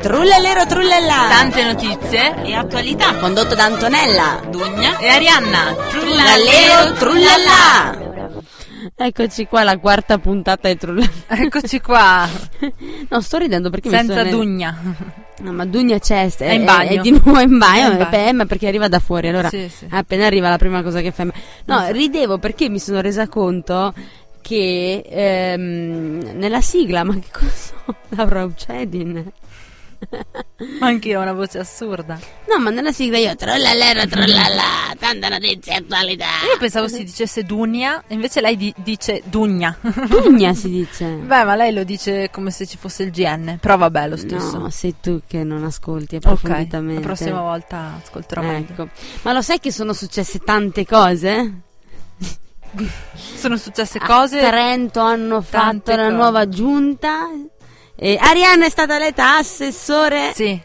Trullalero trullallà Tante notizie e attualità condotto da Antonella Dugna e Arianna. Trullalero trullallà Eccoci qua, la quarta puntata di Trullallero. Eccoci qua, No, sto ridendo perché mi senza sto venendo- Dugna. No, ma Dugna c'è, è, È in è- bagno. è di nuovo in È bagno, in bagno. beh, ma perché arriva da fuori, allora ah. Sì, sì. appena arriva la prima cosa che fai. No, ridevo perché mi sono resa conto che ehm, nella sigla, ma che cosa Laura Uccedin? Ma anche io ho una voce assurda. Io No, ma nella sigla io trullalero trullallà, tanta notizia e attualità. pensavo si dicesse Dugna, invece lei di- dice Dugna. Dugna si dice. Beh, ma lei lo dice come se ci fosse il GN, però vabbè, lo stesso. No, sei tu che non ascolti ok, approfonditamente. la prossima volta ascolterò meglio. Ecco. Ma lo sai che sono successe tante cose? Sono successe A cose... Trento hanno fatto Tante una cose. nuova giunta. E Arianna è stata eletta assessore. Sì,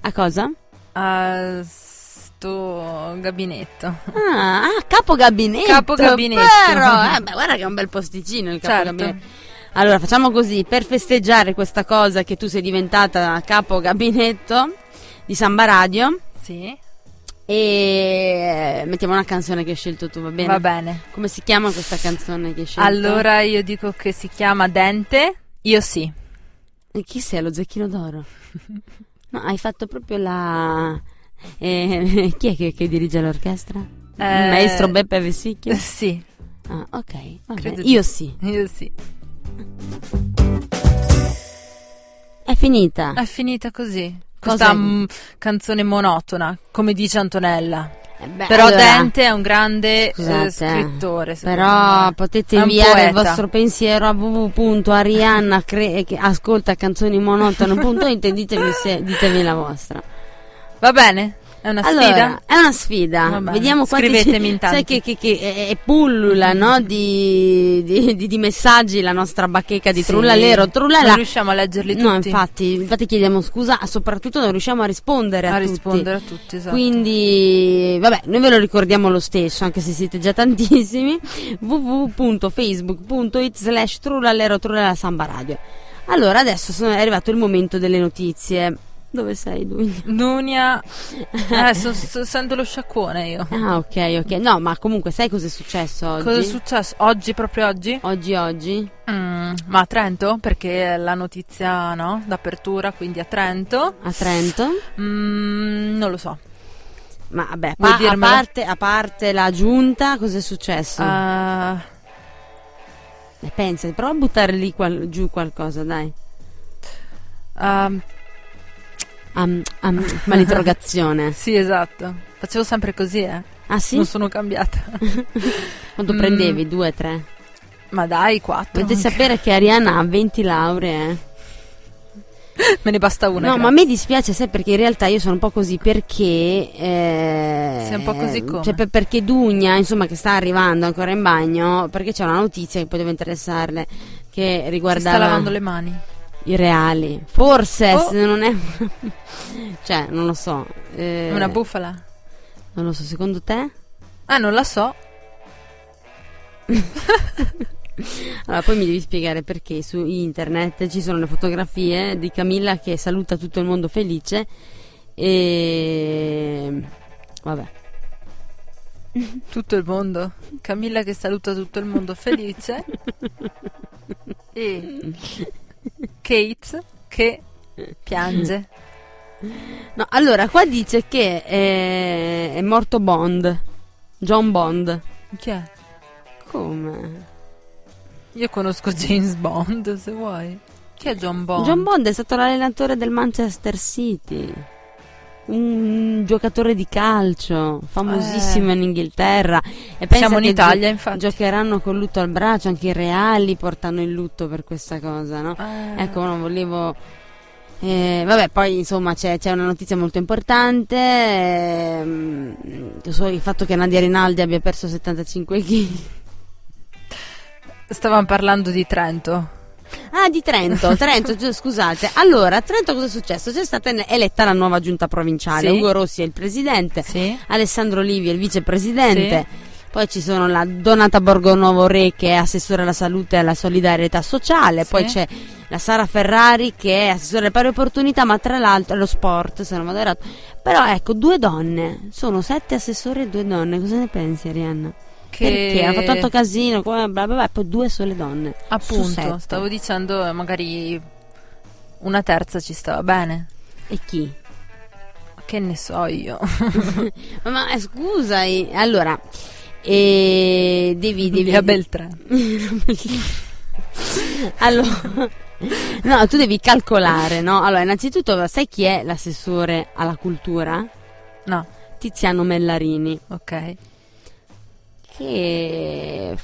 A cosa? a sto gabinetto. Ah, ah, capo gabinetto. Capo gabinetto. Vero. Eh, beh, guarda che è un bel posticino il capo Certo. gabinetto. Allora, facciamo così, per festeggiare questa cosa che tu sei diventata capo gabinetto di Samba Radio Sì, e eh, mettiamo una canzone che hai scelto tu, va bene? va bene. Come si chiama questa canzone che hai scelto? Allora io dico che si chiama Dente. Io sì. E chi sei lo zecchino d'oro? No, hai fatto proprio la... eh, chi è che, che dirige l'orchestra? Eh, Maestro Beppe Vessicchio? Sì, Ah, ok, va bene. Credo di- io sì. io sì. È finita. È finita così. Cosa Questa è? mm, canzone monotona, come dice Antonella. Eh, beh, Però allora, Dente è un grande eh, scusate, eh, scrittore. secondo Però me. potete È un inviare il poeta. vostro pensiero a www.arianna cre- eh, che ascolta canzoni monotono.it e ditemi, se- ditemi la vostra. Va bene? È una allora, sfida? È una sfida. Va bene. Vediamo quanti Scrivetemi ci- in tanti. Sai che, che- che- è- è pullula no? di, di- di- di messaggi la nostra bacheca di Sì. trullalero, Non trullala. riusciamo a leggerli tutti. No, infatti, infatti chiediamo scusa, soprattutto non riusciamo a rispondere a, A tutti. rispondere a tutti, esatto. Quindi, vabbè, noi ve lo ricordiamo lo stesso, anche se siete già tantissimi, www.facebook.it slash trullalero trullala samba radio. Allora, adesso sono- è arrivato il momento delle notizie. Dove sei, Dugna? Nunia... Eh, so- so- sento lo sciacquone io. Ah, ok, ok. No, ma comunque sai cos'è successo oggi? Cosa è successo? Oggi, proprio oggi? oggi, oggi? Mm, ma a Trento? Perché è la notizia, no? D'apertura, quindi a Trento. A Trento. Mm, non lo so. Ma vabbè, a Vuoi pa- a, dirmelo? parte, a parte la giunta, cos'è successo? Ah, Eh, Pensa, prova a buttare lì qual- giù qualcosa, dai. ah, Am- am- ma l'interrogazione. sì, esatto. Facevo sempre così, eh. Ah sì? Non sono cambiata. Quanto Mm. prendevi? Due, tre? Ma dai, quattro. Dovete sapere che Ariana ha 20 lauree. eh. Me ne basta una. No, ma a grazie. me dispiace, sai, perché in realtà io sono un po' così perché... eh, Sei un po' così come? Cioè, per- perché Dugna, insomma, che sta arrivando ancora in bagno, perché c'è una notizia che poteva interessarle, che Si sta riguardava lavando le mani. i reali. Forse, Oh. se non è... cioè, non lo so. eh, Una bufala. Non lo so, secondo te? Ah, non la so. Allora, poi mi devi spiegare perché su internet ci sono le fotografie di Camilla che saluta tutto il mondo felice e... Vabbè. Tutto il mondo. Camilla che saluta tutto il mondo felice. e Kate che piange. No, allora, qua dice che eh, è, morto Bond. John Bond. Chi è? Come? Io conosco James Bond, se vuoi. Chi è John Bond? John Bond è stato l'allenatore del Manchester City. Un giocatore di calcio famosissimo Eh. in Inghilterra. E pensa Siamo in che gio- Italia, infatti. Giocheranno con lutto al braccio, anche i reali portano il lutto per questa cosa, no? Eh, Ecco, non volevo. eh, vabbè, poi insomma c'è, c'è una notizia molto importante. ehm, so- il fatto che Nadia Rinaldi abbia perso 75 kg. Stavamo parlando di Trento. Ah, di Trento, Trento, gi- scusate. Allora, a Trento cosa è successo? C'è stata en- eletta la nuova giunta provinciale. Sì. Ugo Rossi è il presidente, Sì? Alessandro Livi è il vicepresidente. Poi ci sono la Donata Borgonovo Re che è assessore alla salute e alla solidarietà sociale, Sì. poi c'è la Sara Ferrari che è assessore alle pari opportunità, ma tra l'altro allo sport, se non vado errato. Però ecco, due donne, sono sette assessori e due donne, cosa ne pensi Arianna? Perché ha fatto tanto casino, come bla bla bla, e poi due sole donne. su Appunto, sette. stavo dicendo eh, magari una terza ci stava bene. E chi? Che ne so io. Ma eh, scusa, eh, allora, eh, devi, devi, Via Beltrán. allora, no, tu devi calcolare, no? Allora, innanzitutto, sai chi è l'assessore alla cultura? No, Tiziano Mellarini, ok. che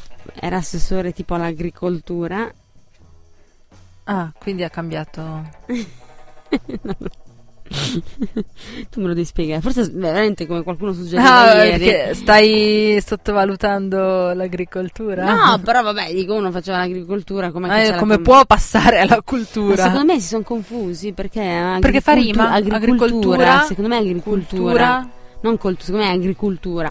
era assessore tipo all'agricoltura. Ah, quindi ha cambiato. tu me lo devi spiegare, forse veramente come qualcuno suggeriva Ah, ieri. perché stai sottovalutando l'agricoltura? No, però vabbè, dico uno faceva l'agricoltura come, Eh, che c'è la come com- può passare alla Ma cultura? secondo me si sono confusi perché Perché fa agricoltu- rima? agricoltura, Agricoltura, secondo me è agricoltura, cultura? non col- secondo me è agricoltura.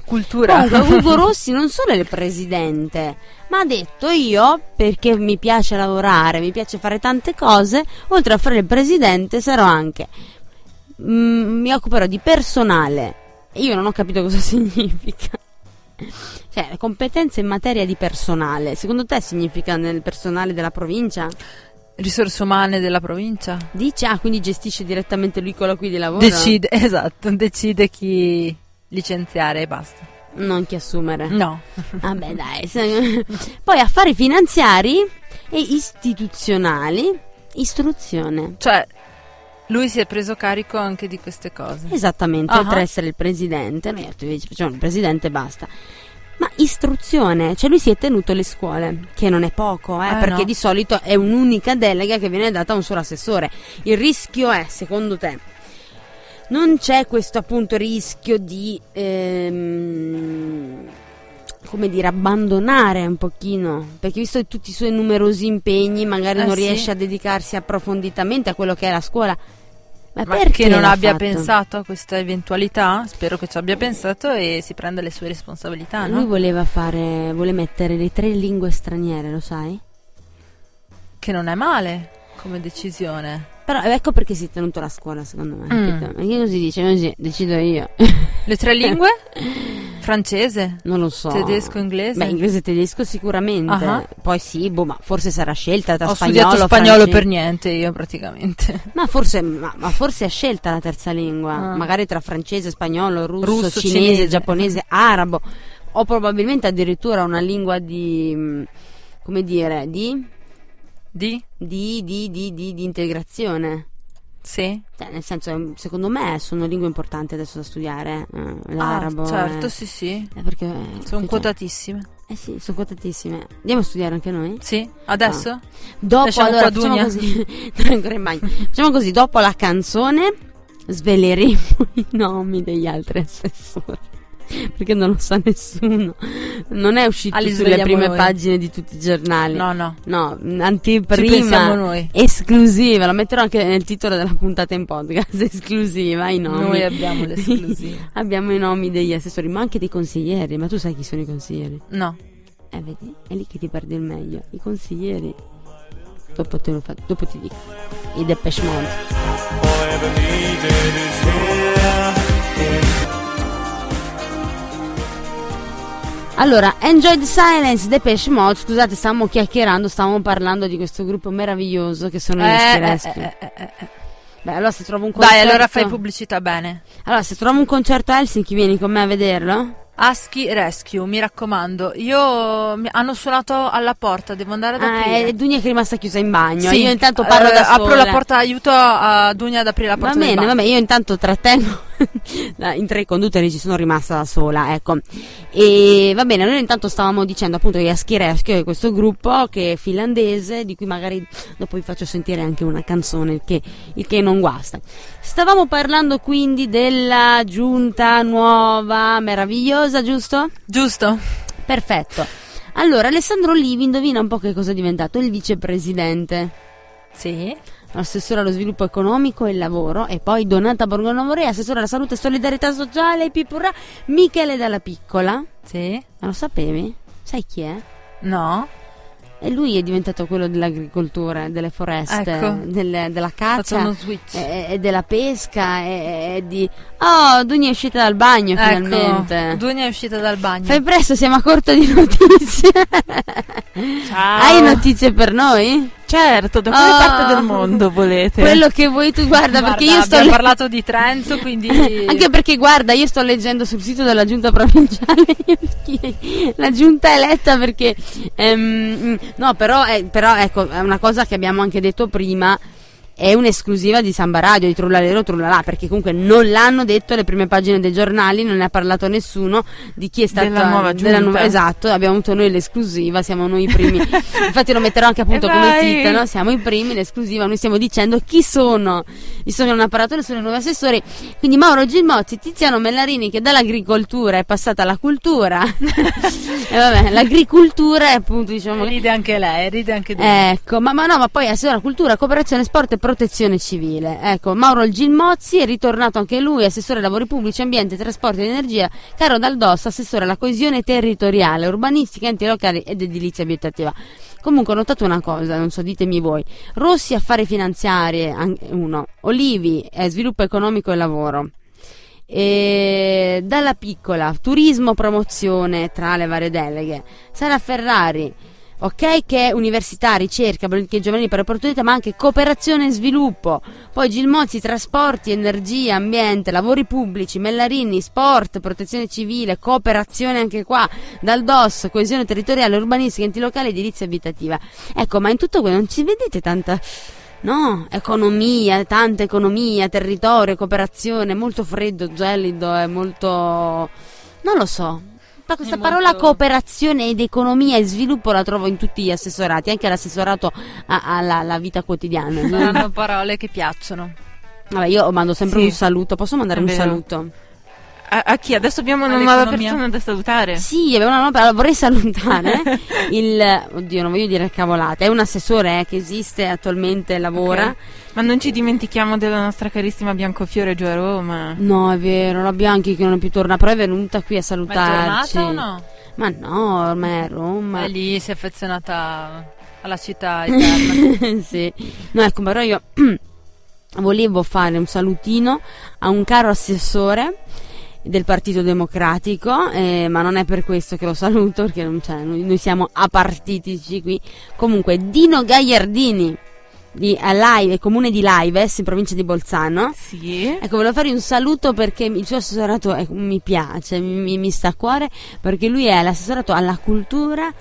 Cultura. Comunque, Ugo Rossi non solo è il presidente, ma ha detto io perché mi piace lavorare, mi piace fare tante cose, oltre a fare il presidente sarò anche mm, mi occuperò di personale. E Io non ho capito cosa significa. Cioè, competenze in materia di personale. Secondo te significa nel personale della provincia? Risorse umane della provincia? Dice, ah, quindi gestisce direttamente lui quello qui di lavoro? Decide, esatto, decide chi licenziare e basta. Non chi assumere. No. Vabbè, dai. se- Poi affari finanziari e istituzionali, istruzione. Cioè, lui si è preso carico anche di queste cose. Eh, Esattamente, Ah. oltre ad essere il presidente, noi invece facciamo il presidente e basta. Ma istruzione, cioè lui si è tenuto le scuole, che non è poco, eh, Eh, perché no. di solito è un'unica delega che viene data a un solo assessore. Il rischio è, secondo te, non c'è questo appunto rischio di, ehm, come dire, abbandonare un pochino, perché visto tutti i suoi numerosi impegni magari Eh, non sì. riesce a dedicarsi approfonditamente a quello che è la scuola. Ma, Ma perché che non l'ha abbia fatto? pensato a questa eventualità? Spero che ci abbia pensato e si prenda le sue responsabilità, Ah, no? Eh, Lui voleva fare, vuole mettere le tre lingue straniere, lo sai? Che non è male come decisione. Però ecco perché si è tenuto la scuola, secondo me. Mm. capito? Perché così dice, così decido io. Le tre lingue? Francese, non lo so. tedesco, inglese. Beh, inglese e tedesco sicuramente. Ah. Poi sì, boh, ma forse sarà scelta tra Ho spagnolo studiato spagnolo francese. per niente io praticamente. Ma forse, ma, ma forse è scelta la terza lingua, Ah. magari tra francese, spagnolo, russo, Russo, cinese, cinese. giapponese, arabo, o probabilmente addirittura una lingua di, mh, come dire, di, Di? di, di, di, di, di integrazione. Sì. Cioè, nel senso, secondo me sono lingue importanti adesso da studiare, eh, Ah, l'arabo. certo, eh, sì, sì. eh, perché Sono cioè, quotatissime. Eh sì, sono quotatissime. Andiamo a studiare anche noi? Sì, adesso? Ah, Dopo Lasciamo allora qua facciamo Dunia. così. No, ancora in bagno. Facciamo così, dopo la canzone sveleremo i nomi degli altri assessori. Perché non lo sa nessuno. Non è uscito Ah, li sulle svegliamo prime noi. pagine di tutti i giornali. No, no. No, Ci pensiamo anteprima noi. esclusiva, lo metterò anche nel titolo della puntata in podcast, esclusiva i nomi. Noi abbiamo l'esclusiva. Abbiamo i nomi degli assessori, ma anche dei consiglieri. Ma tu sai chi sono i consiglieri? No. Eh, vedi, è lì che ti perdi il meglio. I consiglieri. Dopo te lo fa- dopo ti dico. I Depeche Mode. Forever needed is here. Allora, Enjoy the Silence, Depeche Mode. Scusate, stavamo chiacchierando, stavamo parlando di questo gruppo meraviglioso che sono i Eh, Rescue eh, Rescue. eh, eh, eh, eh. Beh, allora se trovo un concerto... Dai, allora fai pubblicità bene. Allora, se trovo un concerto a Helsinki, vieni con me a vederlo? Aschi Rescue, mi raccomando. Io mi- hanno suonato alla porta, devo andare ad Ah, aprire. è Dunia che è rimasta chiusa in bagno. Sì. Io intanto parlo Eh, da sola. Apro la porta, aiuto a Dunia ad aprire la Va porta. del bene, bar. va bene, io intanto trattengo la- in tre conduttori ci sono rimasta da sola, ecco. E va bene, noi intanto stavamo dicendo appunto che Aski Rescue è questo gruppo che è finlandese, di cui magari dopo vi faccio sentire anche una canzone, il che, il che non guasta. Stavamo parlando quindi della giunta nuova, meravigliosa, giusto? Giusto? Perfetto. Allora, Alessandro Livi indovina un po' che cosa è diventato il vicepresidente. Sì. assessore allo sviluppo economico e il lavoro e poi Donata Borgonovorei, assessore alla salute e solidarietà sociale, Pipurra, Michele Dalla Piccola. Ma Sì. lo sapevi? Sai chi è? No. E lui è diventato quello dell'agricoltura, delle foreste, Ecco. delle- della Ha fatto uno caccia switch. e, e della pesca e, e di... Oh, Duni è uscita dal bagno Ecco, finalmente. Dunia è uscita dal bagno. Fai presto, siamo a corto di notizie. Ciao. Hai notizie per noi? Certo, da quale Oh. parte del mondo volete? Quello che vuoi tu, guarda, Guarda, perché io sto... abbiamo le- parlato di Trento, quindi Anche perché guarda, io sto leggendo sul sito della giunta provinciale la giunta eletta perché ehm, no, però, eh, però ecco, è una cosa che abbiamo anche detto prima è un'esclusiva di Samba Radio, di Trullalero Trullalà, perché comunque non l'hanno detto le prime pagine dei giornali, non ne ha parlato nessuno di chi è stata Della nuova giunta. esatto, abbiamo avuto noi l'esclusiva, siamo noi i primi. Infatti lo metterò anche appunto E come vai. titolo, siamo i primi, l'esclusiva, noi stiamo dicendo chi sono i sono un apparatore, sono i nuovi assessori. Quindi Mauro Gilmozzi, Tiziano Mellarini che dall'agricoltura è passata alla cultura. e vabbè, l'agricoltura è appunto diciamo che- ride anche lei, ride anche lui. Ecco, ma, ma no, ma poi assessore alla cultura, cooperazione, sport e protezione civile. Ecco, Mauro Gilmozzi è ritornato anche lui, assessore ai lavori pubblici, ambiente, trasporti ed energia. Caro Daldossa, assessore alla coesione territoriale, urbanistica, enti locali ed edilizia abitativa. Comunque ho notato una cosa, non so, ditemi voi. Rossi affari finanziari, an- uno. Olivi, eh, sviluppo economico e lavoro. E dalla piccola, turismo, promozione tra le varie deleghe. Sara Ferrari, ok, che è università, ricerca, politiche giovanili per opportunità, ma anche cooperazione e sviluppo. Poi Gilmozzi, trasporti, energia, ambiente, lavori pubblici, Mellarini, sport, protezione civile, cooperazione anche qua, dal DOS, coesione territoriale, urbanistica, enti locali, edilizia abitativa. Ecco, ma in tutto quello non ci vedete tanta... No, economia, tanta economia, territorio, cooperazione, molto freddo, gelido, è molto... non lo so. Ma questa È parola molto- cooperazione ed economia e sviluppo la trovo in tutti gli assessorati, anche l'assessorato a- alla alla vita quotidiana. Saranno parole che piacciono. Vabbè, io mando sempre Sì. un saluto, posso mandare È un vero. saluto? A, a chi? Adesso abbiamo una nuova All'economia. persona da salutare. Sì, abbiamo una nuova parola, vorrei salutare il... Oddio, non voglio dire cavolate, è un assessore eh, che esiste attualmente, lavora. Ok. Ma non ci dimentichiamo della nostra carissima Biancofiore giù a Roma. No, è vero, la Bianchi che non è più tornata, però è venuta qui a Ma è salutarci. tornata o no? Ma no, ormai è a Roma. E lì si è affezionata alla città eterna. sì. No, ecco, però io volevo fare un salutino a un caro assessore del Partito Democratico, eh, ma non è per questo che lo saluto, perché non c'è, noi, noi siamo apartitici qui. Comunque, Dino Gagliardini di a Live, comune di Lives, in provincia di Bolzano. Sì. Ecco, volevo fare un saluto perché il suo assessorato eh, mi piace, mi, mi sta a cuore, perché lui è l'assessorato alla cultura,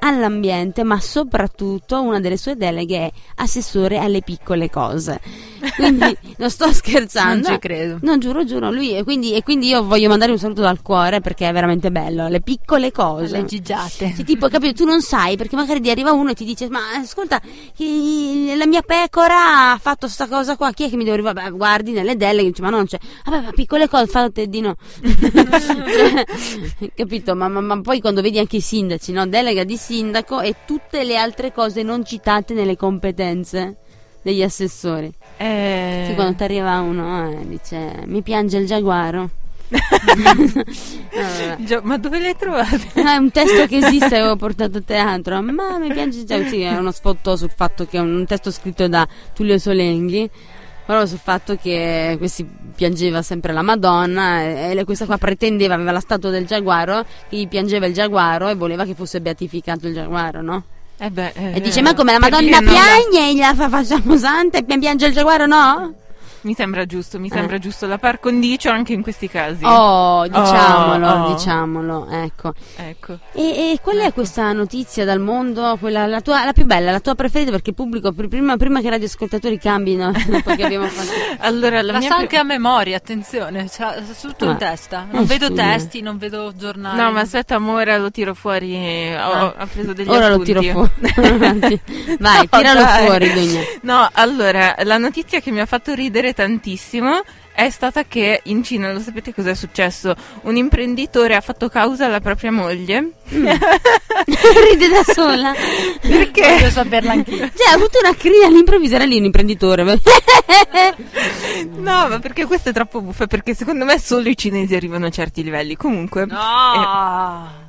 all'ambiente, ma soprattutto una delle sue deleghe è assessore alle piccole cose. Quindi non sto non scherzando. eh. ci credo. No, giuro, giuro, lui e quindi, e quindi io voglio mandare un saluto dal cuore perché è veramente bello, le piccole cose. Le gigiate. Cioè, tipo, capito, tu non sai perché magari ti arriva uno e ti dice: Ma ascolta, chi- la mia pecora ha fatto sta cosa qua. Chi è che mi deve arrivare? Beh, guardi nelle deleghe, dici, ma non c'è. Vabbè, ma piccole cose, fate di no. capito? Ma, ma- ma poi quando vedi anche i sindaci, no? Delega di sindaco e tutte le altre cose non citate nelle competenze degli assessori. Eh, Sì, quando ti arriva uno e dice: Mi piange il giaguaro. No, vabbè. Gio- ma dove le trovate? No, Ah, è un testo che esiste, avevo portato a teatro. Ma mi piace già. Sì, è uno sfottò sul fatto che è un testo scritto da Tullio Solenghi. Però sul fatto che questi piangeva sempre la Madonna e e lei- questa qua pretendeva, aveva la statua del giaguaro, che gli piangeva il giaguaro e voleva che fosse beatificato il giaguaro, no? Eh beh, eh, E dice, ma come la per Madonna dire nulla. piagne e gliela fa facciamo santa e pi- piange il giaguaro, no? Mi sembra giusto, mi Eh. sembra giusto la par condicio anche in questi casi. Oh, diciamolo, Oh, oh. diciamolo, ecco. Ecco. E, e qual è Ecco. questa notizia dal mondo? Quella, la, tua, la più bella, la tua preferita? Perché pubblico, pr- prima, prima che i radioascoltatori cambino, dopo che abbiamo fatto. Allora, la La mia sa pri- anche a memoria, attenzione, c'ha c'ha tutto Ah. in testa. Eh, Non vedo sì. testi, non vedo giornali. No, ma aspetta, ma ora lo tiro fuori. eh, Ho, Ah. ho preso degli Ora appunti. lo tiro fuori. Vai, No, tiralo dai. fuori, Dugna. No, allora, la notizia che mi ha fatto ridere piacere tantissimo è stata che in Cina, lo sapete cosa è successo? Un imprenditore ha fatto causa alla propria moglie Mm. Ride da sola. perché saperla anch'io. Cioè, ha avuto una crisi all'improvviso, era lì un imprenditore. No, ma perché questo è troppo buffa, perché secondo me solo i cinesi arrivano a certi livelli. Comunque No!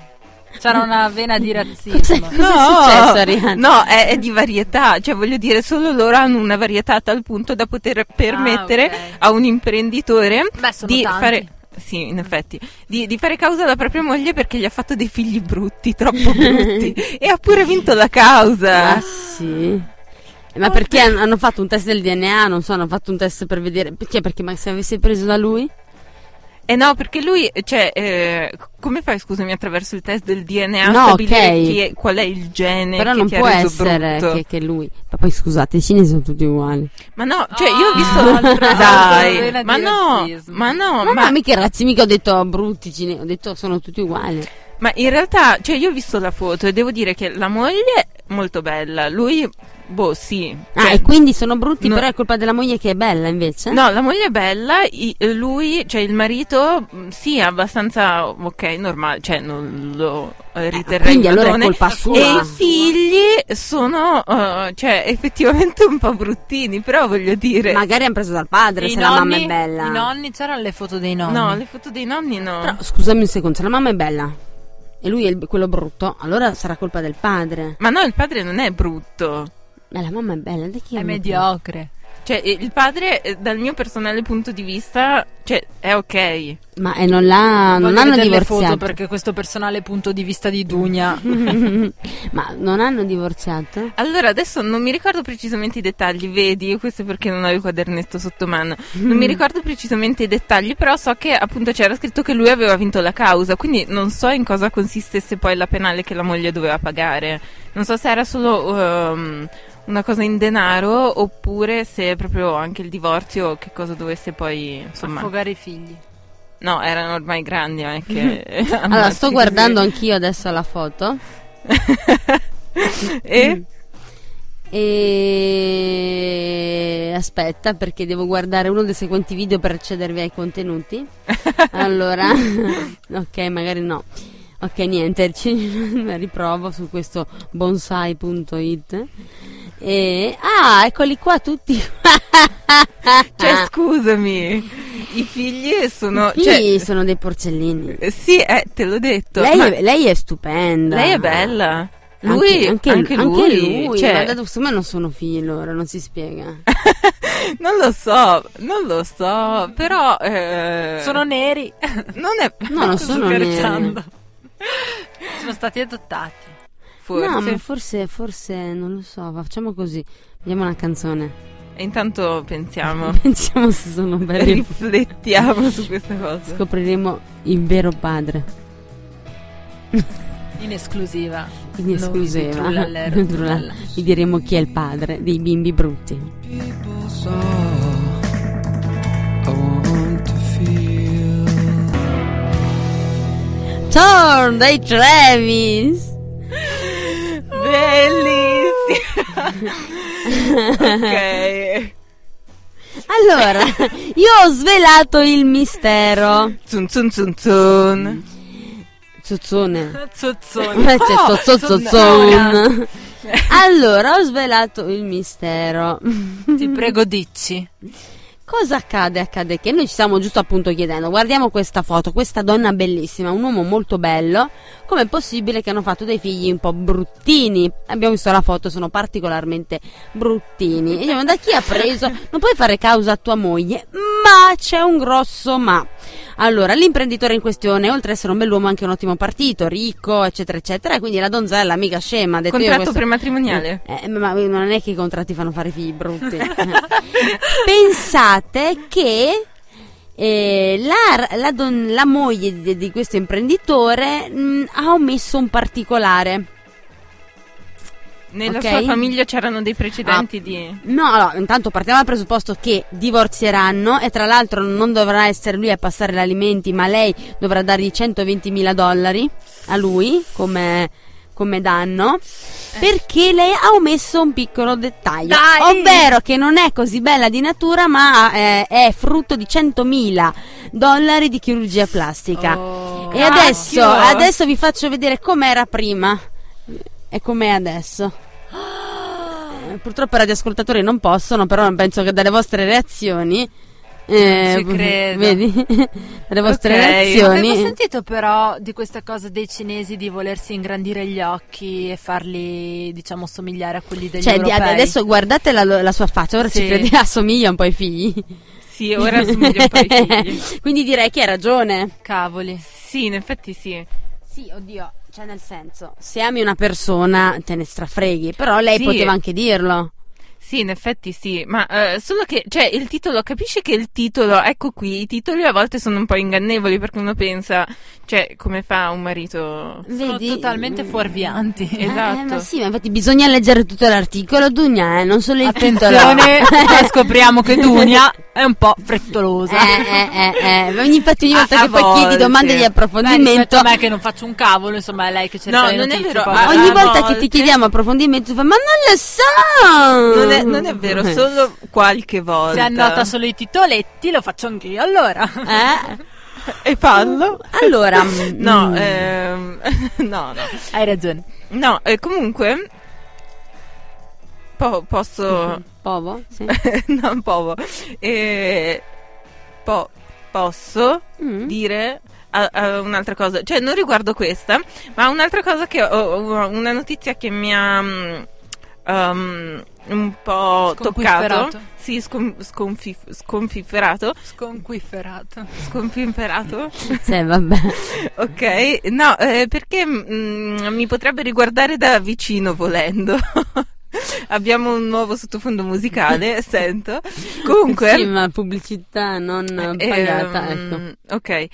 C'era una vena di Cos'è, razzismo. cos'è successo, Arianna? No, è, è di varietà, cioè voglio dire, solo loro hanno una varietà a tal punto da poter permettere Ah, ok. a un imprenditore Beh, sono di tanti. fare. Sì, in effetti, di, di fare causa alla propria moglie perché gli ha fatto dei figli brutti, troppo brutti, e ha pure vinto la Ah, causa. sì. Ma perché han- hanno fatto un test del DNA? Non so, hanno fatto un test per vedere. Perché? Perché ma se avesse preso da lui? Eh no, perché lui, cioè, eh, c- come fai, scusami, attraverso il test del DNA No, a stabilire ok. chi è- qual è il gene Però che non ti ha può reso essere brutto? che, che lui. Ma poi scusate, i cinesi sono tutti uguali. Ma no, cioè, io ho visto Ah, tra l'altro, vena dai, di ma no, razzismo. ma no, Ma, no, mica razzi, mica ho detto brutti cinesi, ho detto sono tutti uguali. Ma in realtà, cioè, io ho visto la foto e devo dire che la moglie molto bella, lui, boh, sì. Ah, Cioè, e quindi sono brutti, no. però è colpa della moglie che è bella invece? No, la moglie è bella, i- lui, cioè il marito, mh, sì, è abbastanza, ok, normale, cioè non lo eh, Eh, riterrei quindi allora è padrone. colpa E sua. i figli sono, eh, cioè, effettivamente un po' bruttini, però voglio dire... Magari hanno preso dal padre se la mamma è bella. I nonni, c'erano le foto dei nonni. No, le foto dei nonni no. Però scusami un secondo, se la mamma è bella e lui è il- quello brutto, allora sarà colpa del padre. Ma no, il padre non è brutto. Ma la mamma è bella, di chi È la- mediocre. Cioè, eh, il padre, eh, dal mio personale punto di vista, cioè, è ok. Ma e non, l'ha, non Voglio hanno vedere le foto divorziato. perché questo personale punto di vista di Dugna. Ma non hanno divorziato? Allora, adesso non mi ricordo precisamente i dettagli, vedi, questo è perché non avevo il quadernetto sotto mano. Non mi ricordo precisamente i dettagli, però so che appunto c'era scritto che lui aveva vinto la causa, quindi non so in cosa consistesse poi la penale che la moglie doveva pagare. Non so se era solo ehm, una cosa in denaro oppure se proprio anche il divorzio che cosa dovesse poi, insomma. Affogare i figli. No, erano ormai grandi anche. Allora, sto guardando anch'io adesso la foto. Mm. e E aspetta, perché devo guardare uno dei seguenti video per accedervi ai contenuti. Allora, ok, magari no. Ok, niente, ci riprovo su questo bonsai.it. E ah, eccoli qua tutti. Ah. Cioè, scusami, i figli sono. Sì, Cioè, sono dei porcellini. sì, eh, te l'ho detto. Lei, ma è, lei è stupenda. lei è bella. Anche- Lui, anche, anche, anche lui, cioè, ma dato- secondo me non sono figli loro, non si spiega. non lo so, non lo so, però eh, Sono neri. ecco, non è No, non Sto sono neri. scherzando. Sono stati adottati. forse. No, ma forse, forse, non lo so, facciamo così. Vediamo una canzone. E intanto pensiamo, Pensiamo se sono belli. riflettiamo su questa cosa. Scopriremo il vero padre. In esclusiva. Quindi Noi di escluseva. Trullallero, Di Trullall- Trullalla. Vi diremo chi è il padre dei bimbi brutti. people saw I want to feel Torn dai Travis! Bellissima. ok. Allora, io ho svelato il mistero. Zun zun zun zun. Zuzzone. Zozzoni. Ma c'è Oh, No, zozzo sono- zozzone. Allora, ho svelato il mistero. Ti prego, dici. Cosa accade? Accade che noi ci stiamo giusto appunto chiedendo, guardiamo questa foto, questa donna bellissima, un uomo molto bello, com'è possibile che hanno fatto dei figli un po' bruttini? Abbiamo visto la foto, sono particolarmente bruttini. E diciamo, da chi ha preso? Non puoi fare causa a tua moglie, ma c'è un grosso ma. Allora, l'imprenditore in questione, oltre ad essere un bell'uomo, è anche un ottimo partito, ricco, eccetera, eccetera, e quindi la donzella, mica scema, ha detto io Contratto questo- prematrimoniale. eh, ma non è che i contratti fanno fare figli brutti. Pensate che eh, la, la don- la moglie di, di questo imprenditore mh, ha omesso un particolare. Nella Ok. sua famiglia c'erano dei precedenti Ah, di... No, allora, intanto partiamo dal presupposto che divorzieranno e tra l'altro non dovrà essere lui a passare gli alimenti, ma lei dovrà dargli 120 mila dollari a lui come come danno perché lei ha omesso un piccolo dettaglio, Dai! ovvero che non è così bella di natura ma eh, è frutto di 100.000 dollari di chirurgia plastica. Oh. E adesso, Cacchio! adesso vi faccio vedere com'era prima e com'è adesso. Eh, Purtroppo i radioascoltatori non possono, però penso che dalle vostre reazioni... eh, Ci credo. Vedi? dalle vostre Ok, reazioni... Avevo sentito però di questa cosa dei cinesi di volersi ingrandire gli occhi e farli, diciamo, somigliare a quelli degli Cioè, di- europei. adesso guardate la, la sua faccia, ora ci Sì. credi assomiglia un po' ai figli. Sì, ora assomiglio un po' ai figli. Quindi direi che hai ragione. Cavoli. Sì, in effetti sì. Sì, oddio, cioè nel senso, se ami una persona te ne strafreghi, però lei Sì. poteva anche dirlo. Sì, in effetti sì, ma eh, solo che, cioè, il titolo, capisci che il titolo, ecco qui, i titoli a volte sono un po' ingannevoli perché uno pensa, cioè, come fa un marito? Sono Vedi? totalmente fuorvianti. Eh, Esatto. ma sì, ma infatti bisogna leggere tutto l'articolo, Dugna, eh, non solo il titolo. Attenzione, poi scopriamo che Dunia è un po' frettolosa. Eh, eh, eh, eh. Ogni- Infatti ogni A- volta a che poi chiedi volte. domande di Beh, rispetto approfondimento, a me che non faccio un cavolo, insomma, è lei che cerca No, le non è notizie, vero, Ah, poi- a- ogni a volta che ti volte- chiediamo approfondimento, tu fai, ma non lo so! Eh. Non è, non è Mm. vero, solo qualche volta. Se annota solo i titoletti, lo faccio anch'io allora. Eh? E fallo? Allora, mm, No, ehm, no, no. Hai ragione. No, eh, comunque... po- posso... Povo? Sì. non povo. Eh, po- posso Mm. dire a- a un'altra cosa, cioè non riguardo questa, ma un'altra cosa che ho- ho- una notizia che mi ha mm, um, un po' Sconquifferato. toccato, sì, scon- sconfif- sconfifferato, Sconquiferato. sconfifferato, Sì, vabbè. ok, no, eh, perché mm, mi potrebbe riguardare da vicino volendo. Abbiamo un nuovo sottofondo musicale, sento. Comunque, Sì, ma pubblicità non eh, pagata, ehm, ecco. Ok.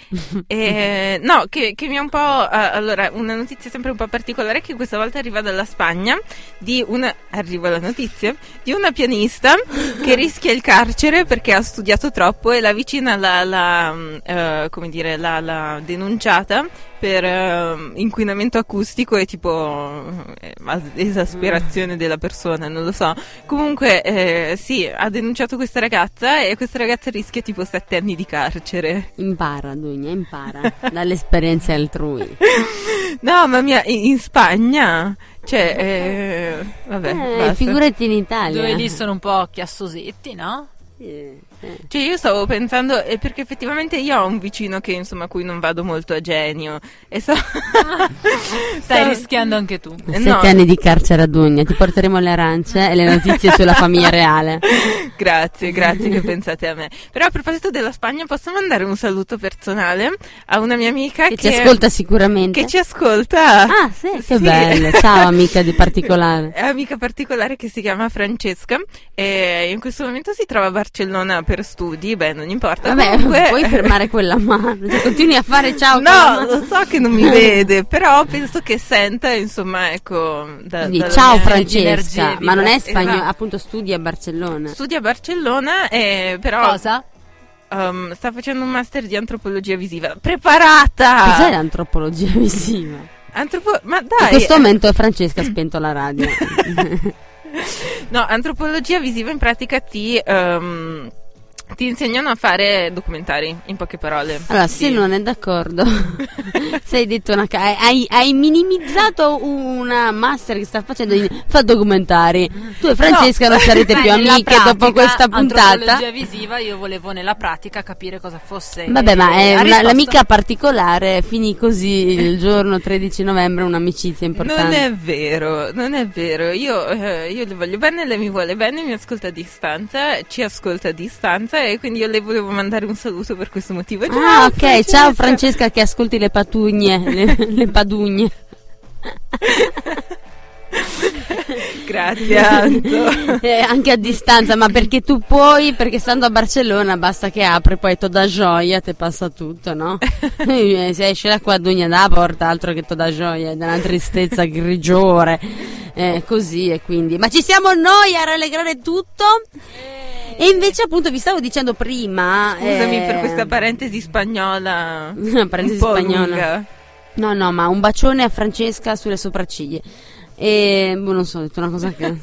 Eh, no, che, che mi ha un po'. eh, allora, una notizia sempre un po' particolare che questa volta arriva dalla Spagna. Di una, arriva la notizia di una pianista che rischia il carcere perché ha studiato troppo e la vicina l'ha, l'ha, mm, eh, come dire, l'ha, l'ha denunciata per eh, inquinamento acustico e tipo eh, as- esasperazione della persona, non lo so. Comunque, eh, sì, ha denunciato questa ragazza e questa ragazza rischia tipo sette anni di carcere. Impara, Dugna, impara dalle esperienze altrui. No, ma mia, in, in Spagna? Cioè, eh, vabbè, Eh, basta. figurati in Italia. Eh. Dove lì sono un po' chiassosetti, no? Sì, sì. Cioè, io stavo pensando, eh, perché effettivamente io ho un vicino che, insomma, a cui non vado molto a genio. E so... Stai so- rischiando anche tu. Eh, Sette no. anni di carcere a Dugna, ti porteremo le arance e le notizie sulla famiglia reale. grazie, grazie che pensate a me. Però a proposito della Spagna, posso mandare un saluto personale a una mia amica Che, che, ci ascolta sicuramente. che ci ascolta. Ah, sì, che Eh, Sì. bello. Ciao amica di particolare. È amica particolare che si chiama Francesca e in questo momento si trova a Barcellona per studi, beh non importa. Vabbè, Comunque- eh, puoi fermare quella mano. Cioè, Continui a fare ciao. con la No, mano. lo so che non mi vede, però penso che senta, insomma, ecco... Da, Quindi, dalla ciao mia- Francesca, energetica. ma non è spagnolo, Esatto. appunto studia a Barcellona. Studia a Barcellona e però Cosa? ehm, sta facendo un master di antropologia visiva. Preparata! Cos'è l'antropologia visiva? Antropo- ma In dai! questo momento Francesca ha spento la radio. No, antropologia visiva in pratica ti... ehm, ti insegnano a fare documentari, in poche parole. Allora, se Sì. non è d'accordo, sei detto una ca- hai, hai minimizzato una master che sta facendo in- fa documentari. Tu e Francesca non sarete Beh, più nella amiche dopo pratica, questa puntata. Antropologia visiva, io volevo nella pratica capire cosa fosse. Vabbè, ma Eh, eh, ha una- risposto- l'amica particolare finì così il giorno 13 novembre, un'amicizia importante. Non è vero, non è vero. Io, eh, io le voglio bene, lei mi vuole bene, mi ascolta a distanza, ci ascolta a distanza e quindi io le volevo mandare un saluto per questo motivo. Ah, ok, ciao Francesca che ascolti le patugne, le, le padugne. Grazie, Anto. Eh, anche a distanza, ma perché tu puoi, perché stando a Barcellona basta che apri, poi toda gioia, te passa tutto, no? Eh, Se esce la quadugna da porta, altro che toda gioia, è da una tristezza grigiore, eh, così e quindi. Ma ci siamo noi a rallegrare tutto? E invece appunto vi stavo dicendo prima... Eh. Scusami eh, per questa parentesi spagnola. Una parentesi un po' spagnola. lunga. No, no, ma un bacione a Francesca sulle sopracciglia. E boh, non so, ho detto una cosa che.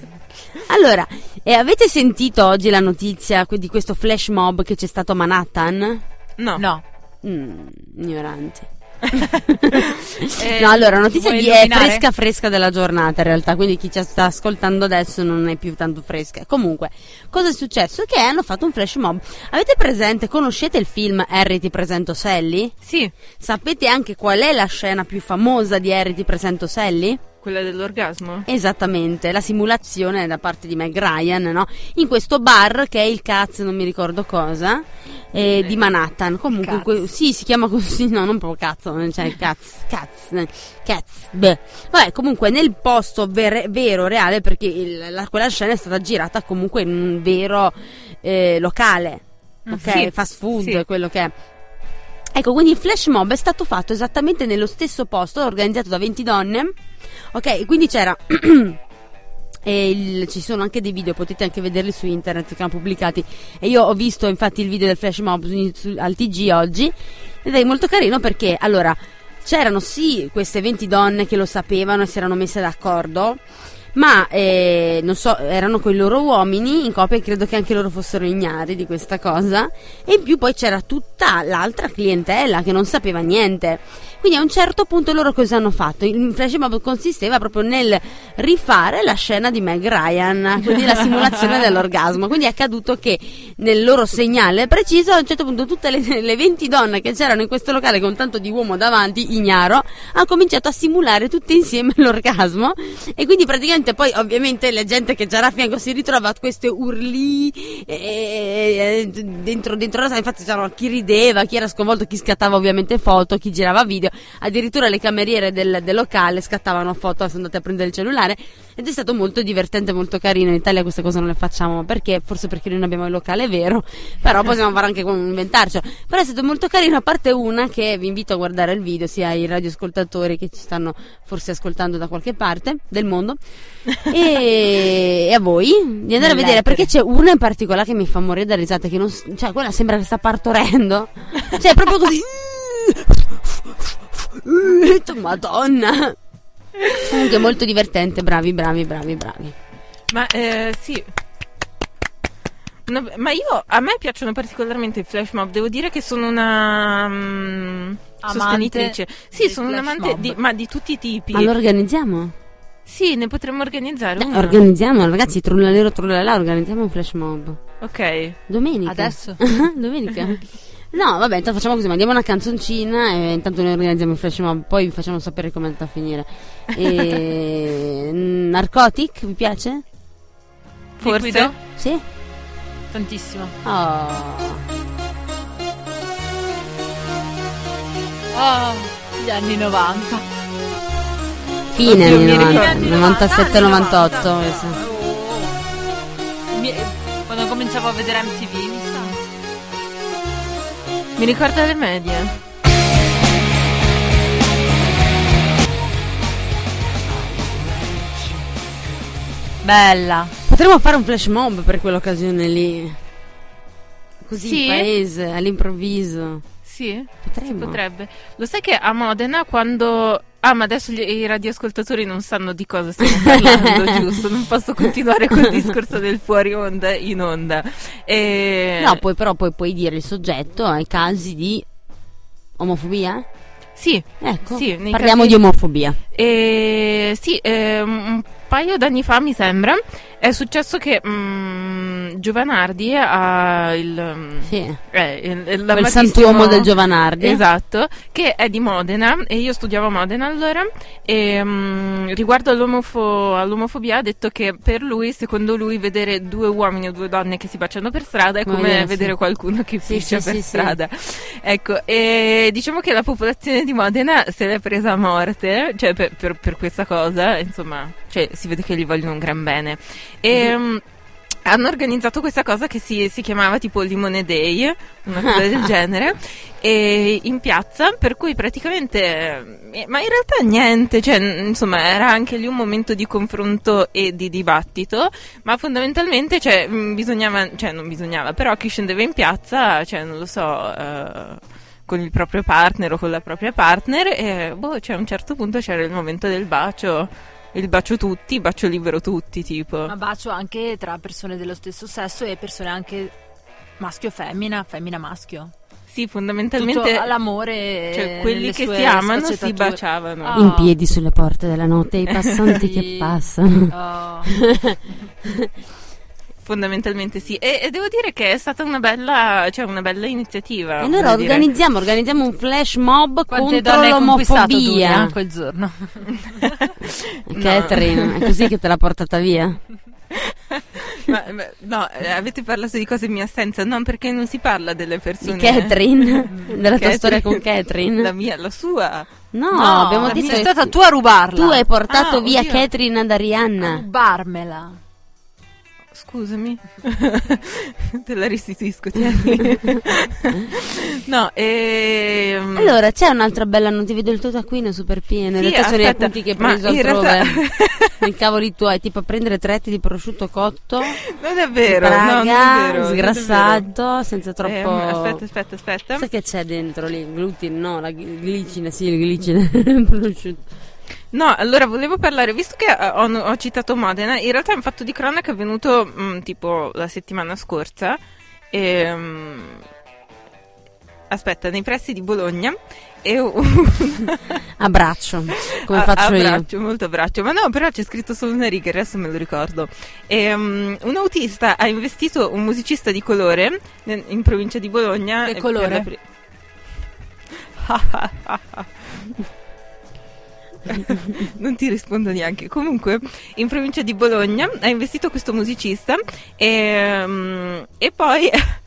Allora, e avete sentito oggi la notizia que- di questo flash mob che c'è stato a Manhattan? No. No. Mm, ignorante. Eh, no, allora, notizia vuoi di, è illuminare? fresca fresca della giornata in realtà, quindi chi ci sta ascoltando adesso non è più tanto fresca. Comunque, cosa è successo? Che hanno fatto un flash mob. Avete presente, conoscete il film Harry ti presento Sally? Sì, Sapete anche qual è la scena più famosa di Harry ti presento Sally? quella dell'orgasmo. Esattamente, la simulazione da parte di Meg Ryan, no? In questo bar che è il Caz, non mi ricordo cosa, eh, di Manhattan. Comunque, Caz. que- sì, si chiama così, no, non proprio cazzo, cioè Caz, Caz, Caz, beh. Vabbè, comunque nel posto vere- vero, reale, perché il- la- quella scena è stata girata comunque in un vero eh, locale, ok? Mm, Sì, Fast food, sì. quello che è. Ecco, quindi il flash mob è stato fatto esattamente nello stesso posto, organizzato da 20 donne. Ok, quindi c'era. E il- ci sono anche dei video, potete anche vederli su internet che hanno pubblicati. E io ho visto infatti il video del flash mob su- su- al TG oggi ed è molto carino perché allora c'erano sì queste 20 donne che lo sapevano e si erano messe d'accordo, ma eh, non so, erano con i loro uomini in coppia e credo che anche loro fossero ignari di questa cosa. E in più poi c'era tutta l'altra clientela che non sapeva niente. Quindi a un certo punto loro cosa hanno fatto? Il flash mob consisteva proprio nel rifare la scena di Meg Ryan, quindi la simulazione dell'orgasmo. Quindi è accaduto che nel loro segnale preciso a un certo punto tutte le, le 20 donne che c'erano in questo locale con tanto di uomo davanti, ignaro, hanno cominciato a simulare tutte insieme l'orgasmo e quindi praticamente poi ovviamente la gente che c'era a fianco si ritrova a queste urli eh, eh, eh, dentro, dentro la sala, infatti c'era chi rideva, chi era sconvolto, chi scattava ovviamente foto, chi girava video, addirittura le cameriere del, del locale scattavano foto, sono andate a prendere il cellulare ed è stato molto divertente, molto carino, in Italia queste cose non le facciamo perché, forse perché noi non abbiamo il locale vero, però possiamo fare anche come inventarci, però è stato molto carino, a parte una che vi invito a guardare il video, sia i radioascoltatori che ci stanno forse ascoltando da qualche parte del mondo e, e a voi di andare a vedere Nell'etere. perché c'è una in particolare che mi fa morire da risate che non s- cioè quella sembra che sta partorendo cioè è proprio così Ho detto, madonna comunque molto divertente bravi bravi bravi bravi Ma eh, sì. No, beh, ma io a me piacciono particolarmente i flash mob, devo dire che sono una mm, Amante sostenitrice. Sì, dei sono un flash amante mob. di, ma di tutti i tipi. ma lo organizziamo? Sì, ne potremmo organizzare Dai, uno. organizziamo ragazzi trullalero trullalà organizziamo un flash mob ok. domenica Adesso? domenica no vabbè intanto facciamo così mandiamo una canzoncina e intanto noi organizziamo il flash mob poi vi facciamo sapere come è andata a finire e... mm, Narcotic vi piace? Forse. Liquido? sì? Tantissimo. oh Oh, gli anni 90. fine Oddio, mi anni 90, ricordo. 97 98 Mi- Quando cominciavo a vedere MTV, mi sa. Mi ricorda le medie. Bella. potremmo fare un flash mob per quell'occasione lì così Sì? in paese all'improvviso Sì, potremmo potrebbe. Lo sai che a Modena quando Ah, ma adesso gli- i radioascoltatori non sanno di cosa stiamo parlando, giusto? Non posso continuare col discorso del fuori onda in onda. E... Eh. no poi però poi puoi dire il soggetto ai casi di omofobia Sì, ecco Sì, nei parliamo casi- di omofobia E sì, eh, un paio d'anni fa mi sembra è successo che mm, Giovanardi ha il, mm, Sì, eh, il- il- quel l'amatissimo- santuomo del Giovanardi. Esatto, che è di Modena e io studiavo a Modena allora e mm, riguardo all'omofo- all'omofobia ha detto che per lui, secondo lui, vedere due uomini o due donne che si baciano per strada è Ma come via, vedere sì. qualcuno che Sì, piscia sì, per sì, sì. strada. Ecco, e diciamo che la popolazione di Modena se l'è presa a morte, cioè per, per- per questa cosa, insomma, cioè, si vede che gli vogliono un gran bene. E, mm, hanno organizzato questa cosa che si, si chiamava tipo Limone Day, una cosa del genere, e in piazza, per cui praticamente, eh, ma in realtà niente, cioè, n- insomma, era anche lì un momento di confronto e di dibattito, ma fondamentalmente, cioè, mh, bisognava, cioè, non bisognava, però chi scendeva in piazza, cioè, non lo so, eh, con il proprio partner o con la propria partner e boh, cioè, a un certo punto c'era il momento del bacio, il bacio tutti, bacio libero tutti, tipo. Ma bacio anche tra persone dello stesso sesso e persone anche maschio-femmina, femmina-maschio. Sì, Tutto fondamentalmente all'amore. cioè, nelle quelli che sue si amano si sfaccettature. baciavano. Ah. In piedi sulle porte della notte, i passanti che Sì. passano. Oh. Fondamentalmente sì. E, e devo dire che è stata una bella, cioè, una bella iniziativa. E allora voglio dire. organizziamo, organizziamo un flash mob Ah, Quante contro donne hai conquistato eh? Dunia l'omofobia. quel giorno? Catherine, è così che te l'ha portata via? Ma- ma- no, eh, avete parlato di cose in mia assenza, no, perché non si parla delle persone. Di Catherine? Della tua Catherine. storia con Catherine? La mia, la sua. No, No, abbiamo la detto mia- che Sei stata tu a rubarla. tu hai portato Ah, via oddio. Catherine ad a Arianna. rubarmela. Scusami, te la restituisco. tieni. no, ehm, e. Allora, c'è un'altra bella notizia, vedo il tuo taccuino super pieno, Mm. Sì, in realtà sono gli aspetta, appunti che hai ma preso in altrove. realtà- I cavoli tuoi, tipo a prendere tre etti di prosciutto cotto, Non è vero, no, non è Praga, vero, non è sgrassato, senza troppo... vero. Ehm, aspetta, aspetta, aspetta. Sai che c'è dentro lì? Glutine? No, la gl- glicina, sì, il glicine. Prosciutto. No, allora volevo parlare, visto che eh, ho, ho citato Modena, in realtà è un fatto di cronaca è avvenuto mm, tipo la settimana scorsa, ehm, aspetta, nei pressi di Bologna, e un- Abbraccio, come a- faccio io. Ah, abbraccio, molto abbraccio, ma no, però c'è scritto solo una riga, il resto me lo ricordo. Ehm, un autista ha investito un musicista di colore nel- in provincia di Bologna. Che e per colore? la pri- non ti rispondo neanche. Comunque, in provincia di Bologna ha investito questo musicista ehm, e, poi.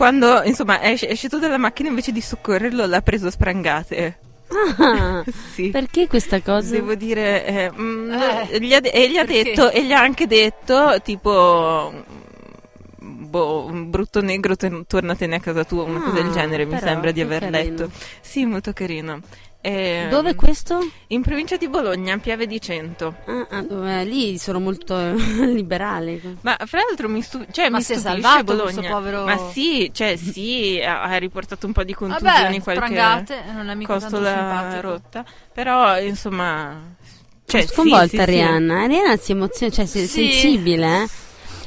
Quando insomma è sc- è sceso dalla macchina invece di soccorrerlo l'ha preso a sprangate. Ah, Sì. perché questa cosa? Devo dire, eh, mm, no, Eh, gli ha de- e gli ha perché? detto, e gli ha anche detto, tipo, mm, boh, un brutto negro, te- tornatene a casa tua, una Ah, cosa del genere, mi però, sembra di che aver carino. letto. Sì, molto carino. E, Dove mm, questo? In provincia di Bologna, Piave di Cento. Ah, ah, dove- lì sono molto liberali. Ma fra l'altro mi, stu- cioè, Ma mi si è stupisce salvato Bologna. questo povero- Ma sì, cioè sì, ha, ha riportato un po' di contusioni, Vabbè, qualche sprangate, non è mica tanto costola simpatico. rotta, però insomma... Cioè, sì, sconvolta sì, sì. Arianna. Arianna si emoziona, cioè se- Sì. sensibile. eh.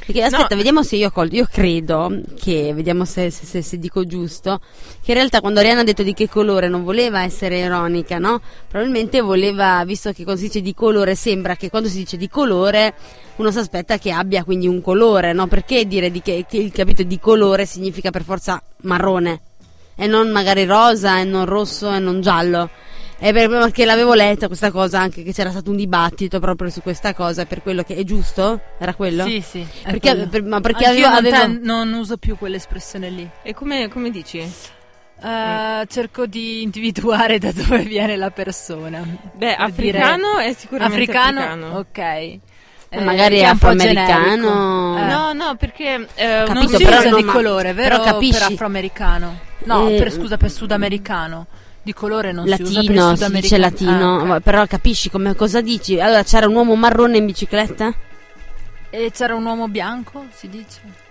Perché aspetta, No. vediamo se io colgo. Io credo che, vediamo se, se- se- se dico giusto, che in realtà quando Arianna ha detto di che colore non voleva essere ironica, no? Probabilmente voleva, visto che quando si dice di colore sembra che quando si dice di colore uno si aspetta che abbia quindi un colore, no? Perché dire di che, che il capito di colore significa per forza marrone e non magari rosa e non rosso e non giallo? È per- perché l'avevo letta questa cosa anche che c'era stato un dibattito proprio su questa cosa per quello che è giusto? Era quello? Sì, sì. è Perché- quello. per- ma perché Ecco. Anch'io avevo- non, avevo- ten- non uso più quell'espressione lì. E come, come dici? Eh, Cerco di individuare da dove viene la persona. Beh, Per dire- africano è sicuramente Africano? africano. Ok. Eh, magari che è un po' afroamericano. generico. Eh. No, no, perché eh, Capito, non non si si però usa no, di ma- colore, vero? però capisci? Per afroamericano. No, Eh, per, scusa, per sudamericano. Di colore non si usa per Latino, il si dice sudamericano. latino, Ah, ok. ma- però capisci come, cosa dici? Allora c'era un uomo marrone in bicicletta? Ho E c'era un uomo bianco, si dice?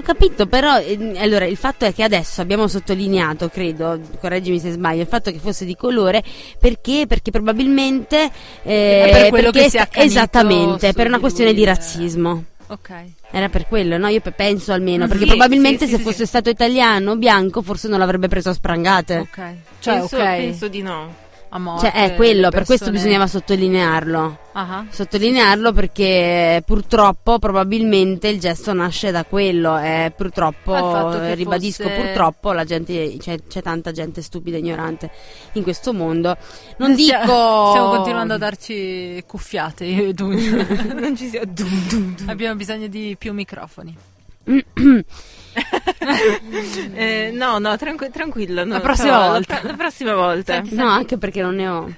capito, però eh, allora il fatto è che adesso abbiamo sottolineato, credo, correggimi se sbaglio, il fatto che fosse di colore perché? Perché probabilmente eh, È per quello perché che si è accanito esattamente, su per una di questione lui, di eh. razzismo. Ok. Era per quello, no? Io pe- penso almeno, perché Sì, probabilmente sì, se sì, fosse sì. stato italiano, bianco, forse non l'avrebbe preso a sprangate. Ok. Cioè, penso, ok. penso di no. a morte, Cioè, è eh, le quello, per questo persone- bisognava sottolinearlo. Ah, ah. Sottolinearlo perché eh, purtroppo, probabilmente il gesto nasce da quello. E Dal fatto purtroppo, eh, che ribadisco, fosse- purtroppo la gente, c'è, c'è tanta gente stupida e ignorante in questo mondo. Non Stia- dico. Stiamo continuando a darci cuffiate, io e Dunia. non ci sia... Dum, dum, dum. Abbiamo bisogno di più microfoni. Eh, no, no, tranqu- tranquilla. no, La prossima però- volta. La, pro- la prossima volta. No, anche perché non ne ho.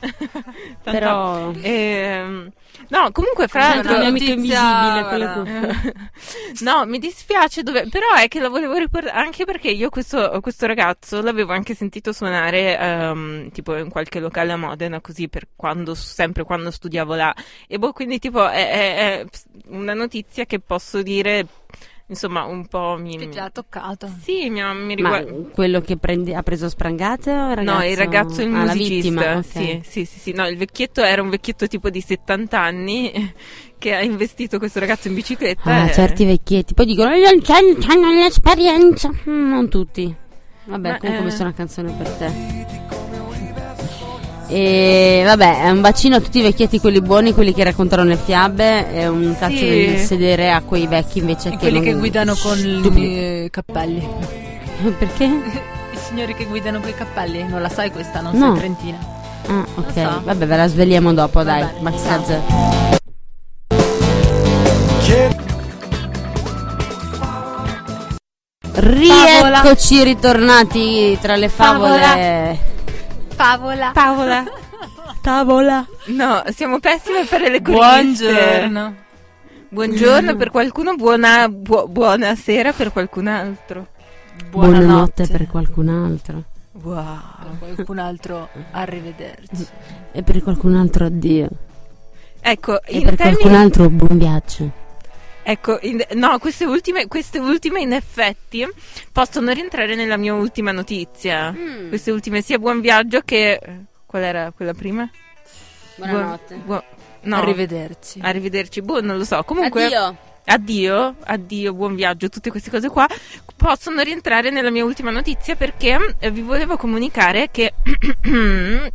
Tanto- Però. Ehm, no, comunque fra C'è l'altro... una amico notizia, invisibile, guarda. quello che- No, mi dispiace, dove- però è che la volevo ricordare anche perché io questo, questo ragazzo l'avevo anche sentito suonare ehm, tipo in qualche locale a Modena, così per quando, sempre quando studiavo là. E boh, quindi tipo è, è- è una notizia che posso dire insomma un po' mi... Che già ha toccato. Sì, mi, ha- mi Ma riguarda... quello che prende- ha preso sprangate o il ragazzo? No, il ragazzo il Ah, la musicista. vittima, ok. sì, sì, sì, sì. No, il vecchietto era un vecchietto tipo di 70 anni che ha investito questo ragazzo in bicicletta. Ah, Eh. e- certi vecchietti. Poi dicono, non c'è- hanno l'esperienza. Mm, Non tutti. Vabbè, Ma, comunque ho eh. messo una canzone per te. E vabbè, è un bacino a tutti i vecchietti, quelli buoni, quelli che raccontano le fiabe, e un calcio Sì. nel sedere a quei vecchi invece E che quelli non- che guidano con Stupidi. i cappelli. Perché? I signori che guidano con i cappelli. Non la sai questa, non No. sei trentina. Ah, ok. so. Vabbè, ve la svegliamo dopo, dai. bene, Max ciao. Scherzer. Rieccoci ritornati tra le favole. Favola. Paola. Tavola. No, siamo pessime per le corriste. Buongiorno. Buongiorno per qualcuno, buona, buo- buonasera per qualcun altro. Buonanotte per qualcun altro. Wow. Per qualcun altro, arrivederci. E per qualcun altro addio. Ecco, E in per qualcun termini altro buon viaggio. Ecco, in- no, queste ultime, queste ultime in effetti possono rientrare nella mia ultima notizia. Mm. Queste ultime, sia buon viaggio che... Qual era quella prima? Buon- buon- no, Arrivederci. arrivederci. Boh, non lo so. Comunque, Addio. addio, addio, buon viaggio, tutte queste cose qua possono rientrare nella mia ultima notizia perché eh, vi volevo comunicare che... a ne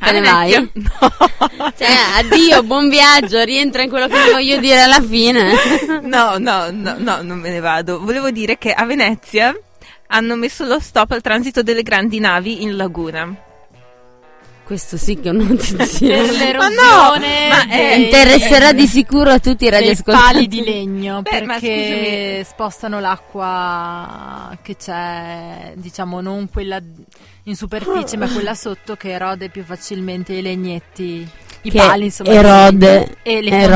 Venezia- vai? No. Cioè, addio, buon viaggio. Rientra in quello che voglio dire alla fine. No, no, no, no, non me ne vado. Volevo dire che a Venezia hanno messo lo stop al transito delle grandi navi in laguna. Questo sì che è una notizia. Ah, Dell'erosione ma no, ma, eh, dei- Eh, Interesserà di sicuro a tutti i dei radioascoltatori. pali di legno Beh, ma perché spostano l'acqua che c'è, diciamo, non quella in superficie, ma quella sotto che erode più facilmente i legnetti. I Che pali, insomma, di erode- legno. e le erode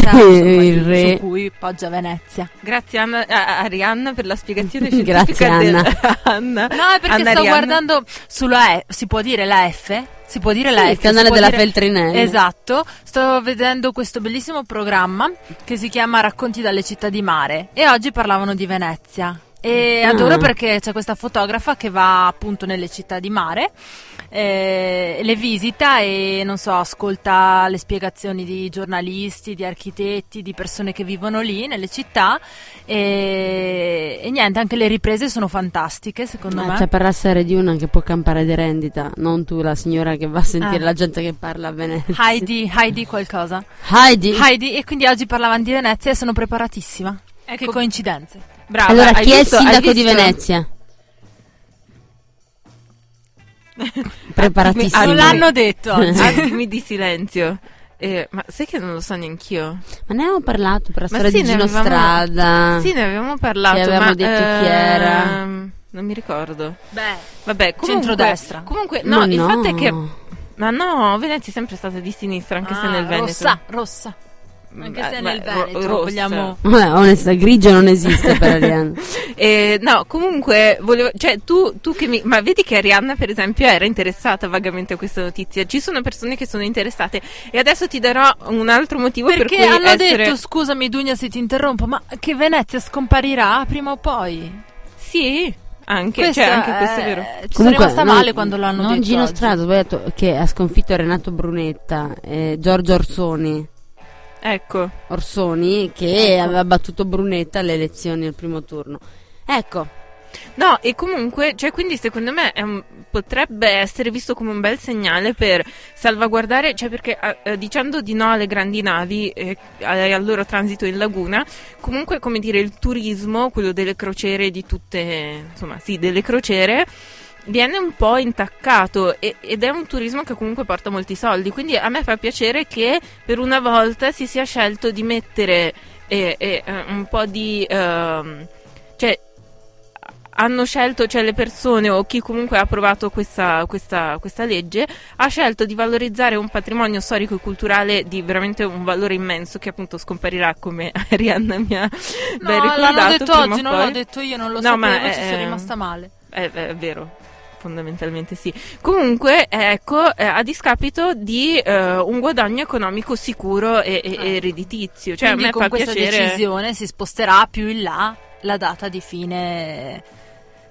fondamenta, insomma, il di- re. su cui poggia Venezia. Grazie Anna- a- a Arianna per la spiegazione scientifica Grazie, del- Anna. Anna. No, è perché Anna sto Arianna. guardando sulla E, si può dire la F? Si può dire la Sì, F? il si canale può della dire- Feltrinelli. Esatto, sto vedendo questo bellissimo programma che si chiama Racconti dalle città di mare e oggi parlavano di Venezia. E Ah. adoro perché c'è questa fotografa che va appunto nelle città di mare, eh, le visita e non so, ascolta le spiegazioni di giornalisti, di architetti, di persone che vivono lì nelle città e, e niente, anche le riprese sono fantastiche secondo Ma me. Eh, c'è per essere di una che può campare di rendita, non tu la signora che va a sentire Ah. la gente che parla a Venezia. Heidi, Heidi qualcosa. Heidi. Heidi, e quindi oggi parlavano di Venezia e sono preparatissima. Ecco, Che coincidenze. brava, allora, hai chi è il visto- hai sindaco di visto? Venezia? Ah, Preparatissimo. non sì. l'hanno detto oggi. Attimi Ah, di silenzio. Eh, ma sai che non lo so neanch'io? Ma ne avevamo parlato per la Ma storia sì, di ne Gino avevamo- Strada. Sì, ne avevamo parlato. Che avevamo ma, detto chi ehm, era. Non mi ricordo. Beh, Vabbè, comunque, Centrodestra. Comunque, no, Ma il no. fatto è che Ma no, Venezia è sempre stata di sinistra, anche se nel Veneto. ah, Eh, Rossa, rossa. Anche se Beh, nel ro- Veneto rossa. vogliamo Vabbè, onesta, grigio non esiste per Arianna. Eh, no, comunque, volevo, cioè, tu, tu che mi. Ma vedi che Arianna, per esempio, era interessata vagamente a questa notizia. Ci sono persone che sono interessate. E adesso ti darò un altro motivo Oh, per perché cui hanno essere... detto, scusami Dugna se ti interrompo, ma che Venezia scomparirà prima o poi? Sì, anche, Questo cioè, anche è- questo è vero. Ci sono rimasta non- male quando l'hanno non detto. Gino oggi. Strada, ho sbagliato, che ha sconfitto Renato Brunetta, eh, Giorgio Orsoni. Ecco. Orsoni che aveva battuto Brunetta alle elezioni al primo turno. Ecco, No, e comunque, cioè, quindi secondo me è un- potrebbe essere visto come un bel segnale per salvaguardare, cioè perché eh, eh, dicendo di no alle grandi navi eh, e al loro transito in laguna, comunque come dire il turismo, quello delle crociere di tutte, insomma, sì, delle crociere viene un po' intaccato e- ed è un turismo che comunque porta molti soldi, quindi a me fa piacere che per una volta si sia scelto di mettere eh, eh, eh, un po' di ehm, cioè hanno scelto, cioè le persone o chi comunque ha approvato questa, questa, questa legge, ha scelto di valorizzare un patrimonio storico e culturale di veramente un valore immenso che appunto scomparirà come Arianna mi ha ben No, l'hanno ricordato detto prima o oggi, non poi. l'ho detto io, non lo No, sapevo, ma ci è- eh, sono rimasta male. È, è vero. fondamentalmente sì. Comunque, eh, ecco, eh, a discapito di eh, un guadagno economico sicuro e, e- e redditizio. Cioè, Certo. Quindi a me con fa questa piacere... decisione si sposterà più in là la data di fine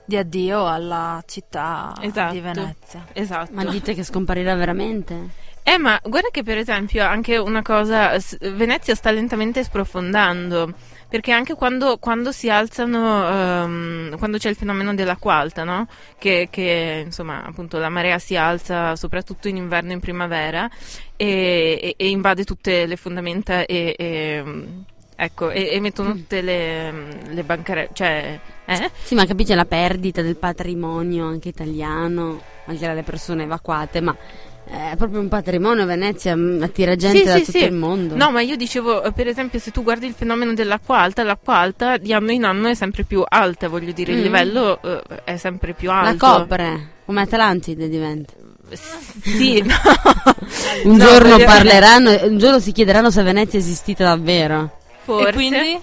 di addio alla città Esatto. di Venezia. Esatto. Ma dite che scomparirà veramente? Eh, ma guarda che per esempio anche una cosa, s- Venezia sta lentamente sprofondando. Perché anche quando, quando si alzano, ehm, quando c'è il fenomeno dell'acqua alta, no? Che, che, insomma appunto la marea si alza soprattutto in inverno e in primavera e, e- e invade tutte le fondamenta e, e, mm, ecco, e, e mettono tutte le, le bancarelle, cioè, eh? Sì, ma capisci la perdita del patrimonio anche italiano, al di là delle persone evacuate, ma eh, è proprio un patrimonio Venezia, mh, attira gente Sì, da sì, tutto sì. il mondo. No, ma io dicevo, eh, per esempio, se tu guardi il fenomeno dell'acqua alta, l'acqua alta di anno in anno è sempre più alta, voglio dire, il Mm. livello eh, è sempre più La alto. copre, come Atlantide diventa. S- Sì, no. Un No, giorno voglio- parleranno, un giorno si chiederanno se Venezia è esistita davvero. Forse. E quindi,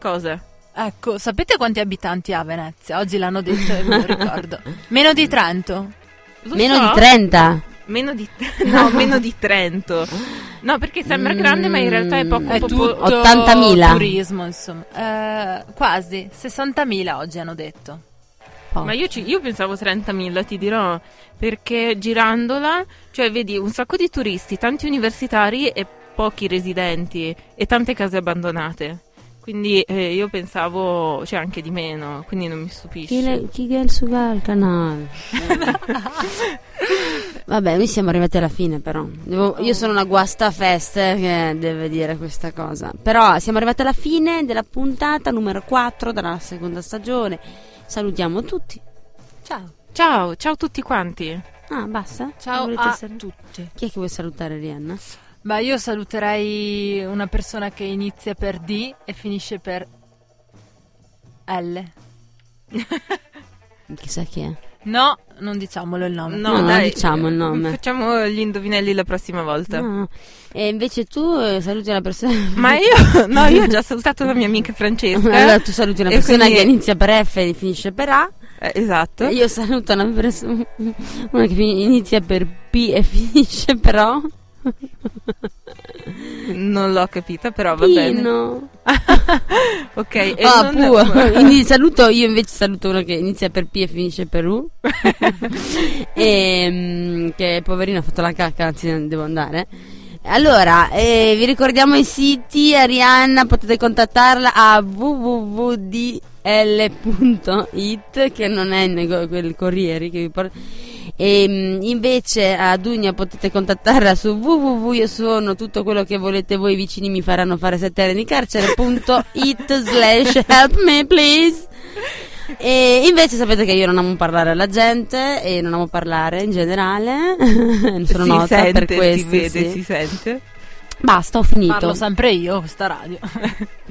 Cosa? ecco, sapete quanti abitanti ha Venezia? Oggi l'hanno detto e me lo ricordo. Meno di Trento. Lo Meno so, di 30. Meno di, no, meno di Trento. No, perché sembra grande, ma in realtà è poco Mm, È popo- tutto 80.000. turismo, insomma. Eh, quasi 60.000 oggi hanno detto. Oh. Ma io, ci- io pensavo 30.000, ti dirò, perché girandola, cioè vedi un sacco di turisti, tanti universitari e pochi residenti e tante case abbandonate. Quindi eh, io pensavo, cioè anche di meno, quindi non mi Chi, stupisce. le, chi è il suo al canale? Vabbè, noi siamo arrivati alla fine però. Devo- io sono una guastafeste che deve dire questa cosa. Però siamo arrivati alla fine della puntata numero 4 della seconda stagione. Salutiamo tutti. Ciao. Ciao, ciao a tutti quanti. Ah, basta? Ciao Non volete a salu- tutti. Chi è che vuoi salutare, Rihanna? Ma io saluterei una persona che inizia per D e finisce per L. Chissà chi è. No, non diciamolo il nome. No, no, diciamo il nome. Facciamo gli indovinelli la prossima volta. No. E invece tu eh, saluti una persona... Ma io, no, io ho già salutato la mia amica Francesca. Allora tu saluti una E persona quindi- che inizia per F e finisce per A. Eh, esatto. Io saluto una persona una che fin- inizia per P e finisce però Ah, Non l'ho capita, però va bene. Pino. ok. e Ah, non- pu. Quindi saluto io invece saluto una che inizia per P e finisce per U. e, mm, che poverino ha fatto la cacca, anzi devo andare. Allora, eh, vi ricordiamo i siti, Arianna, potete contattarla a www.dl.it che non è il nego- quel corrieri che vi porta. E mm, invece a Dugna potete contattarla su www io sono tutto quello che volete voi i vicini mi faranno fare sette anni di carcere.it slash help me please e invece sapete che io non amo parlare alla gente e non amo parlare in generale sono si nota sente, per questo si vede, sì. si sente. basta ho finito Parlo sempre io questa radio.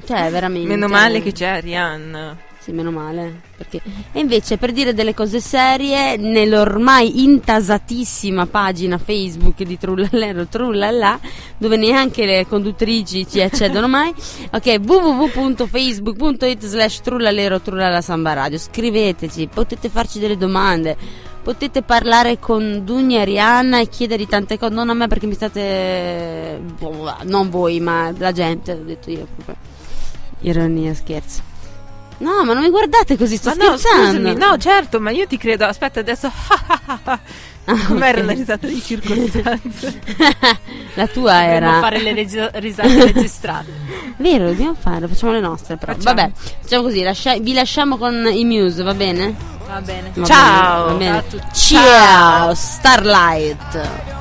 cioè veramente Meno male che c'è Arianna. Sì, meno male. perché- E invece per dire delle cose serie, nell'ormai intasatissima pagina Facebook di Trullallero Trullallà, dove neanche le conduttrici ci accedono mai, ok, www.facebook.it slash Trullallero Trullallà Samba Radio, scriveteci, potete farci delle domande, potete parlare con Dugna e Arianna e chiedergli tante cose, non a me perché mi state, boh, non voi, ma la gente, ho detto io proprio. Ironia, scherzo. No, ma non mi guardate così, sto Ma no, scherzando. scusami, no, certo, ma io ti credo. Aspetta, adesso. Com'era Ah, ok. la risata di circostanza? la tua Dovremmo Ah, era. fare le regi- risate registrate. Vero, dobbiamo farlo, facciamo le nostre però. Facciamo. Vabbè, facciamo così, lascia- vi lasciamo con i muse, va bene? Va bene. Va Ciao. bene, va bene. Ciao a tutti. Ciao, Starlight.